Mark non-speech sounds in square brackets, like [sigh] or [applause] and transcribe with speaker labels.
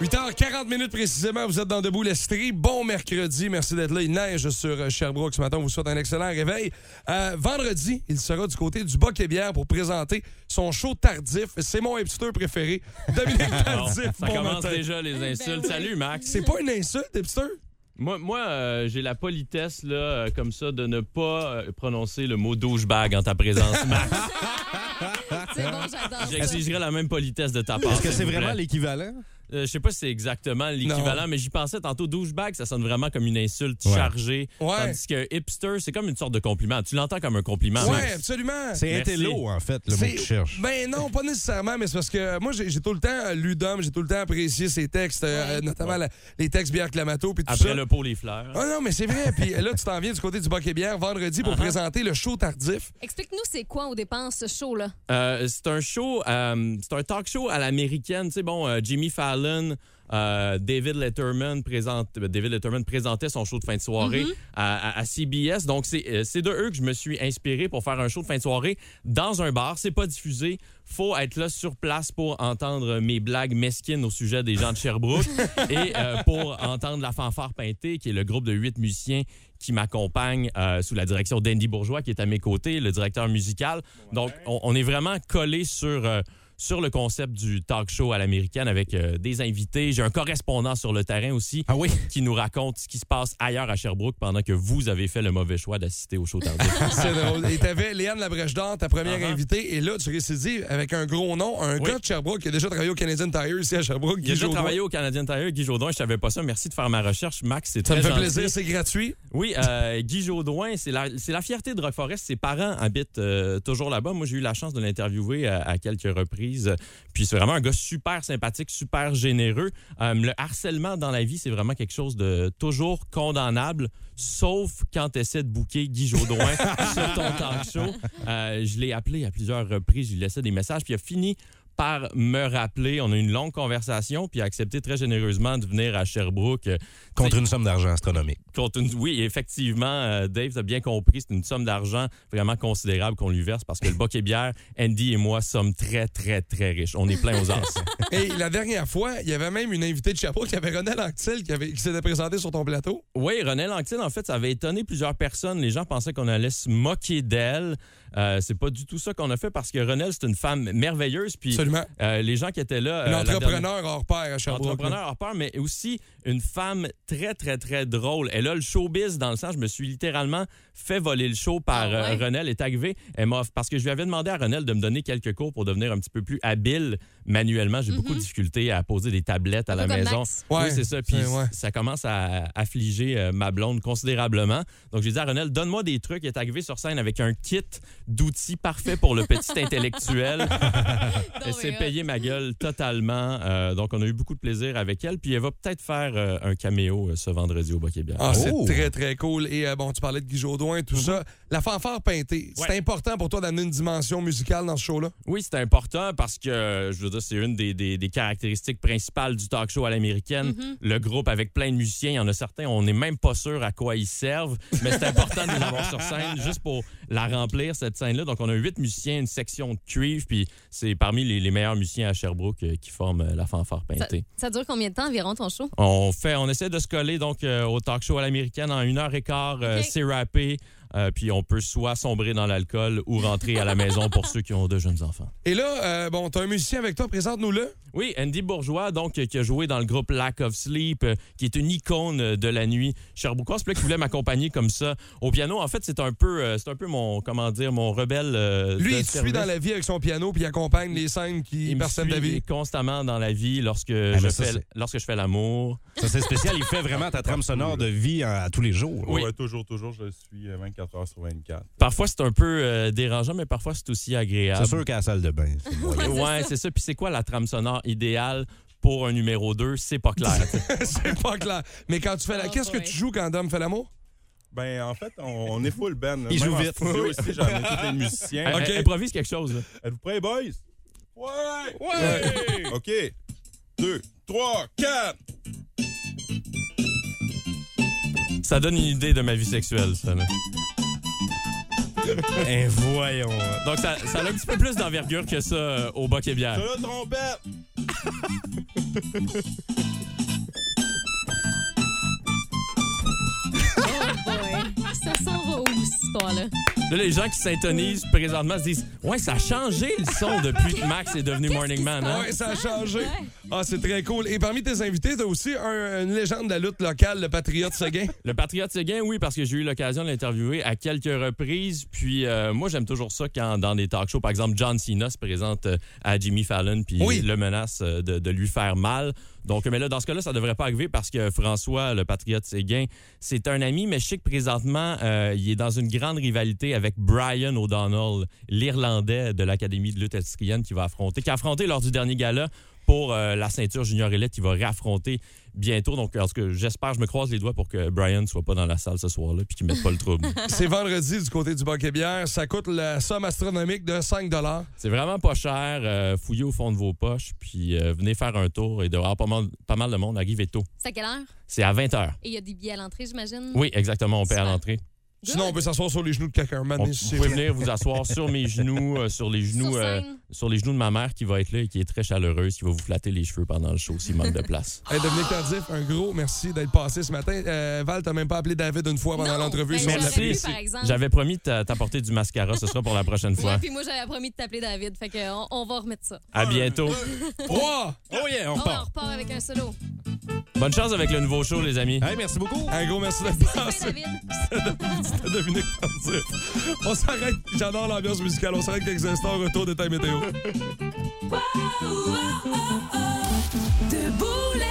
Speaker 1: 8h40 minutes précisément, vous êtes dans Debout l'Estrie. Bon mercredi, merci d'être là. Il neige sur euh, Sherbrooke ce matin. On vous souhaite un excellent réveil. Euh, vendredi, il sera du côté du Boc et Bière pour présenter son show tardif. C'est mon hipster préféré, Dominique
Speaker 2: [laughs]
Speaker 3: [laughs]
Speaker 1: Tardif.
Speaker 2: Ah, Ça
Speaker 1: Bon
Speaker 2: commence
Speaker 1: matin.
Speaker 2: déjà les insultes. Salut Max.
Speaker 1: C'est pas une insulte, hipster?
Speaker 2: Moi, moi euh, j'ai la politesse là, euh, comme ça de ne pas euh, prononcer le mot douchebag en ta présence,
Speaker 3: [laughs]
Speaker 2: Max.
Speaker 4: C'est bon, j'adore ça.
Speaker 2: J'exigerais la même politesse de ta part.
Speaker 3: Est-ce que
Speaker 2: s'il
Speaker 3: c'est
Speaker 2: vous
Speaker 3: vraiment
Speaker 2: plaît.
Speaker 3: l'équivalent?
Speaker 2: Euh, je sais pas si c'est exactement l'équivalent, mais j'y pensais tantôt douchebag, ça sonne vraiment comme une insulte
Speaker 3: Ouais.
Speaker 2: chargée.
Speaker 1: Ouais.
Speaker 2: Tandis que hipster, c'est comme une sorte de compliment. Tu l'entends comme un compliment.
Speaker 1: Ouais,
Speaker 2: Max.
Speaker 1: absolument.
Speaker 3: C'est
Speaker 2: Merci.
Speaker 3: intello, en fait, le mot
Speaker 1: C'est-
Speaker 3: que tu cherches.
Speaker 1: Ben non, pas nécessairement, mais c'est parce que moi, j'ai j'ai tout le temps lu d'hommes, j'ai tout le temps apprécié ses textes, euh, notamment la- les textes Bière Clamato, puis tout
Speaker 2: Après
Speaker 1: ça.
Speaker 2: le pot, les fleurs.
Speaker 1: Ah non, mais c'est vrai. Puis là, tu t'en viens du côté du Boc et Bière vendredi
Speaker 2: Ah
Speaker 1: pour présenter le show tardif.
Speaker 4: Explique-nous, c'est quoi au dépens ce show-là?
Speaker 2: Euh, c'est un show, euh, c'est un talk show à l'américaine. Tu sais, bon, euh, Jimmy Fallon, euh, David Letterman présente, euh, David Letterman présentait son show de fin de soirée à, à- à CBS. Donc c'est, euh, c'est de eux que je me suis inspiré pour faire un show de fin de soirée dans un bar. C'est pas diffusé. Faut être là sur place pour entendre mes blagues mesquines au sujet des gens de Sherbrooke et euh, pour entendre la fanfare peintée, qui est le groupe de huit musiciens qui m'accompagne euh, sous la direction d'Andy Bourgeois, qui est à mes côtés, le directeur musical. Donc, on, on est vraiment collé sur, euh, sur le concept du talk show à l'américaine avec euh, des invités. J'ai un correspondant sur le terrain aussi
Speaker 3: Ah oui?
Speaker 2: qui nous raconte ce qui se passe ailleurs à Sherbrooke pendant que vous avez fait le mauvais choix d'assister au show
Speaker 1: [laughs]
Speaker 2: tardif.
Speaker 1: C'est drôle. Et t'avais Léane Labrèche d'Or, ta première
Speaker 2: Uh-huh.
Speaker 1: invitée, et là, tu récidives avec un gros nom, un
Speaker 2: Oui.
Speaker 1: gars de Sherbrooke qui a déjà travaillé au Canadian Tire ici à Sherbrooke.
Speaker 2: Il a
Speaker 1: Guy
Speaker 2: déjà
Speaker 1: Jodoin.
Speaker 2: travaillé au Canadian Tire, Guy Jodoin, je savais pas ça. Merci de faire ma recherche, Max. C'est
Speaker 1: Ça me
Speaker 2: très
Speaker 1: fait
Speaker 2: gentil.
Speaker 1: plaisir, c'est gratuit.
Speaker 2: Oui, euh, Guy Jodoin, c'est la, c'est la fierté de Rock Forest. Ses parents habitent euh, toujours là-bas. Moi, j'ai eu la chance de l'interviewer à, à quelques reprises. Puis c'est vraiment un gars super sympathique, super généreux. Euh, le harcèlement dans la vie, c'est vraiment quelque chose de toujours condamnable, sauf quand tu essaies de bouquer Guy Jodoin sur ton talk show. Euh, je l'ai appelé à plusieurs reprises, je lui laissais des messages, puis il a fini par me rappeler. On a eu une longue conversation, puis il a accepté très généreusement de venir à Sherbrooke euh,
Speaker 3: Contre une somme d'argent astronomique.
Speaker 2: Contre une- Oui, effectivement, euh, Dave, tu as bien compris, c'est une somme d'argent vraiment considérable qu'on lui verse parce que le boc et bière, Andy et moi sommes très, très, très riches. On est plein aux
Speaker 1: [laughs]
Speaker 2: as.
Speaker 1: Et la dernière fois, il y avait même une invitée de chapeau qui avait René Anctil qui, avait- qui s'était présenté sur ton plateau.
Speaker 2: oui, René Lanctil, en fait, ça avait étonné plusieurs personnes. Les gens pensaient qu'on allait se moquer d'elle. Euh, c'est pas du tout ça qu'on a fait parce que Renelle, c'est une femme merveilleuse. Puis
Speaker 1: Absolument.
Speaker 2: euh, les gens qui étaient là. euh, la dernière-
Speaker 1: L'entrepreneur hors pair à Sherbrooke.
Speaker 2: entrepreneur hors pair, mais aussi une femme très, très, très drôle. Elle a le showbiz dans le sens, je me suis littéralement fait voler le show par
Speaker 4: Ah ouais?
Speaker 2: euh, Renelle est arrivée. Elle m'a off- parce que je lui avais demandé à Renelle de me donner quelques cours pour devenir un petit peu plus habile manuellement. J'ai beaucoup de difficultés à poser des tablettes à la
Speaker 4: Pas Mhm. comme
Speaker 2: maison.
Speaker 4: Max.
Speaker 1: Ouais,
Speaker 2: oui, c'est ça. Puis
Speaker 1: c'est- ouais.
Speaker 2: ça commence à affliger euh, ma blonde considérablement. Donc, j'ai dit à Renelle, donne-moi des trucs. Elle est arrivée sur scène avec un kit d'outils parfait pour le
Speaker 4: [laughs]
Speaker 2: petit intellectuel. Elle
Speaker 4: Non,
Speaker 2: s'est
Speaker 4: mais, euh,
Speaker 2: payée ma gueule totalement. Euh, donc, on a eu beaucoup de plaisir avec elle. Puis, elle va peut-être faire euh, un caméo euh, ce vendredi au Boquet
Speaker 1: Ah, c'est
Speaker 3: Oh.
Speaker 1: très, très cool. Et euh, bon, tu parlais de Guy Jodoin, tout ça. La fanfare peintée, c'est
Speaker 2: Mm-hmm. Ouais.
Speaker 1: important pour toi d'amener une dimension musicale dans ce show-là?
Speaker 2: Oui, c'est important parce que, euh, je veux dire, c'est une des, des- des caractéristiques principales du talk show à l'américaine. Le groupe avec plein de musiciens, il y en a certains, on n'est même pas sûr à quoi ils servent, mais c'est important de les avoir sur scène juste pour la remplir, cette scène-là. Donc, on a huit musiciens, une section de cuivre, puis c'est parmi les, les meilleurs musiciens à Sherbrooke euh, qui forment euh, la fanfare
Speaker 4: ça,
Speaker 2: peintée.
Speaker 4: ça dure combien de temps environ ton show?
Speaker 2: On fait, on essaie de se coller donc euh, au talk show à l'américaine en une heure et quart, euh,
Speaker 4: Ok.
Speaker 2: c'est rappé, euh, puis on peut soit sombrer dans l'alcool ou rentrer à la maison pour ceux qui ont de jeunes enfants.
Speaker 1: Et là, euh, bon, t'as un musicien avec toi, présente-nous-le.
Speaker 2: Oui, Andy Bourgeois, donc, euh, qui a joué dans le groupe Lack of Sleep, euh, qui est une icône euh, de la nuit Sherbrookeoise, puis là, qui voulait m'accompagner comme ça au piano. En fait, c'est un peu, euh, c'est un peu mon, comment dire, mon rebelle. euh,
Speaker 1: Lui,
Speaker 2: de
Speaker 1: il te suit
Speaker 2: service.
Speaker 1: dans la vie avec son piano, puis il accompagne les scènes qui
Speaker 2: Il me
Speaker 1: percèvent ta
Speaker 2: suit
Speaker 1: vie. Ah,
Speaker 2: constamment dans la vie lorsque, je,
Speaker 3: mais ça,
Speaker 2: fais,
Speaker 3: c'est-
Speaker 2: lorsque je fais l'amour.
Speaker 3: Ça, c'est spécial. Il fait vraiment ta trame sonore de vie en- à tous les jours.
Speaker 2: Oui.
Speaker 5: Ouais, toujours, toujours, je le suis euh, 24 heures sur 24.
Speaker 2: Parfois, c'est un peu euh, dérangeant, mais parfois, c'est aussi agréable.
Speaker 3: C'est sûr qu'à la salle de bain. c'est moyen.
Speaker 2: [laughs] Ouais, c'est ça. Puis c'est quoi la trame sonore idéale pour un numéro 2? C'est pas clair.
Speaker 1: [laughs] c'est pas clair. Mais quand tu fais la.
Speaker 4: Oh
Speaker 1: Qu'est-ce que
Speaker 4: boy.
Speaker 1: tu joues quand Dom fait l'amour?
Speaker 5: Ben, en fait, on, on est full band. là.
Speaker 3: Il
Speaker 5: Même
Speaker 3: joue
Speaker 5: en
Speaker 3: vite.
Speaker 5: studio
Speaker 3: Oui.
Speaker 5: ici, j'en ai tous les
Speaker 2: Hey,
Speaker 5: musiciens.
Speaker 2: hey, Improvise quelque chose. là.
Speaker 5: Êtes-vous prêts, boys? Ouais! OK. Deux, trois, quatre.
Speaker 2: Ça donne une idée de ma vie sexuelle, ça. là.
Speaker 3: Eh, voyons.
Speaker 2: Donc, ça, ça a un petit peu plus
Speaker 3: Ah.
Speaker 2: d'envergure que ça euh, au Boc et
Speaker 5: Sur
Speaker 2: bière.
Speaker 5: la trompette.
Speaker 4: cette histoire-là.
Speaker 2: Là, les gens qui s'intonisent présentement se disent Ouais, ça a changé le son depuis que Max est devenu Morning Man. hein?
Speaker 1: Ah Ouais, ça a changé.
Speaker 4: Ouais.
Speaker 1: Ah, c'est très cool. Et parmi tes invités, t'as aussi un- une légende de la lutte locale, le patriote
Speaker 4: [laughs]
Speaker 1: Seguin.
Speaker 2: Le Patriote Séguin, oui, parce que j'ai eu l'occasion de l'interviewer à quelques reprises. Puis euh, moi, j'aime toujours ça quand dans des talk shows, par exemple, John Cena se présente euh, à Jimmy Fallon puis
Speaker 1: Oui.
Speaker 2: le menace euh, de, de lui faire mal. Donc, mais là, dans ce cas-là, ça devrait pas arriver parce que François, le Patriote Séguin, c'est un ami, mais je sais que présentement, euh, il est dans une grande rivalité avec Brian O'Donnell, l'Irlandais de l'Académie de lutte estrienne qui va affronter, qui a affronté lors du dernier gala pour euh, la ceinture junior élite. Il va réaffronter bientôt. Donc, en tout cas, j'espère, je me croise les doigts pour que Brian soit pas dans la salle ce soir-là puis qu'il mette pas le trouble.
Speaker 4: [laughs]
Speaker 1: C'est vendredi du côté du Bac et Bière. Ça coûte la somme astronomique de 5
Speaker 2: C'est vraiment pas cher. euh, fouillez au fond de vos poches puis euh, venez faire un tour. Il devrait y avoir pas mal, pas mal de monde. Arrivez tôt.
Speaker 4: C'est à quelle heure?
Speaker 2: C'est à 20 h.
Speaker 4: Et il y a des billets à l'entrée, j'imagine?
Speaker 2: Oui, exactement. On paie à
Speaker 4: Super.
Speaker 2: l'entrée.
Speaker 4: Good.
Speaker 1: Sinon, on peut s'asseoir sur les genoux de quelqu'un. man.
Speaker 2: On-
Speaker 1: C'est
Speaker 2: Vous pouvez venir vous asseoir sur mes genoux, euh, sur les genoux,
Speaker 4: Sur
Speaker 2: euh,
Speaker 4: scène.
Speaker 2: sur les genoux de ma mère qui va être là et qui est très chaleureuse, qui va vous flatter les cheveux pendant le show s'il manque de place.
Speaker 1: Hey, Dominique Tardif, un gros merci d'être passé ce matin. Euh, Val, t'as même pas appelé David une fois pendant
Speaker 4: Non,
Speaker 1: l'entrevue. ils sont
Speaker 4: ben, [laughs] j'aurais
Speaker 1: appelés.
Speaker 4: pu, par exemple.
Speaker 2: J'avais promis de t'a- t'apporter du mascara, ce sera pour la prochaine
Speaker 4: Ouais,
Speaker 2: fois.
Speaker 4: puis moi, j'avais promis de t'appeler David. Fait que on, on va remettre ça.
Speaker 2: À bientôt.
Speaker 1: Trois!
Speaker 3: Oh yeah,
Speaker 4: Oh,
Speaker 3: on
Speaker 4: on
Speaker 3: repart.
Speaker 4: repart avec un solo.
Speaker 2: Bonne chance avec le nouveau show, les amis.
Speaker 3: Hey, merci beaucoup.
Speaker 1: Un gros merci
Speaker 4: Merci,
Speaker 1: d'être
Speaker 4: Ah,
Speaker 3: Ah,
Speaker 4: c'est
Speaker 1: passé.
Speaker 4: David.
Speaker 3: [laughs]
Speaker 1: à Dominique Tardif. On s'arrête. J'adore l'ambiance musicale. On s'arrête quelques instants. au
Speaker 3: Oh,
Speaker 1: Retour de Time Météo.
Speaker 6: Debout les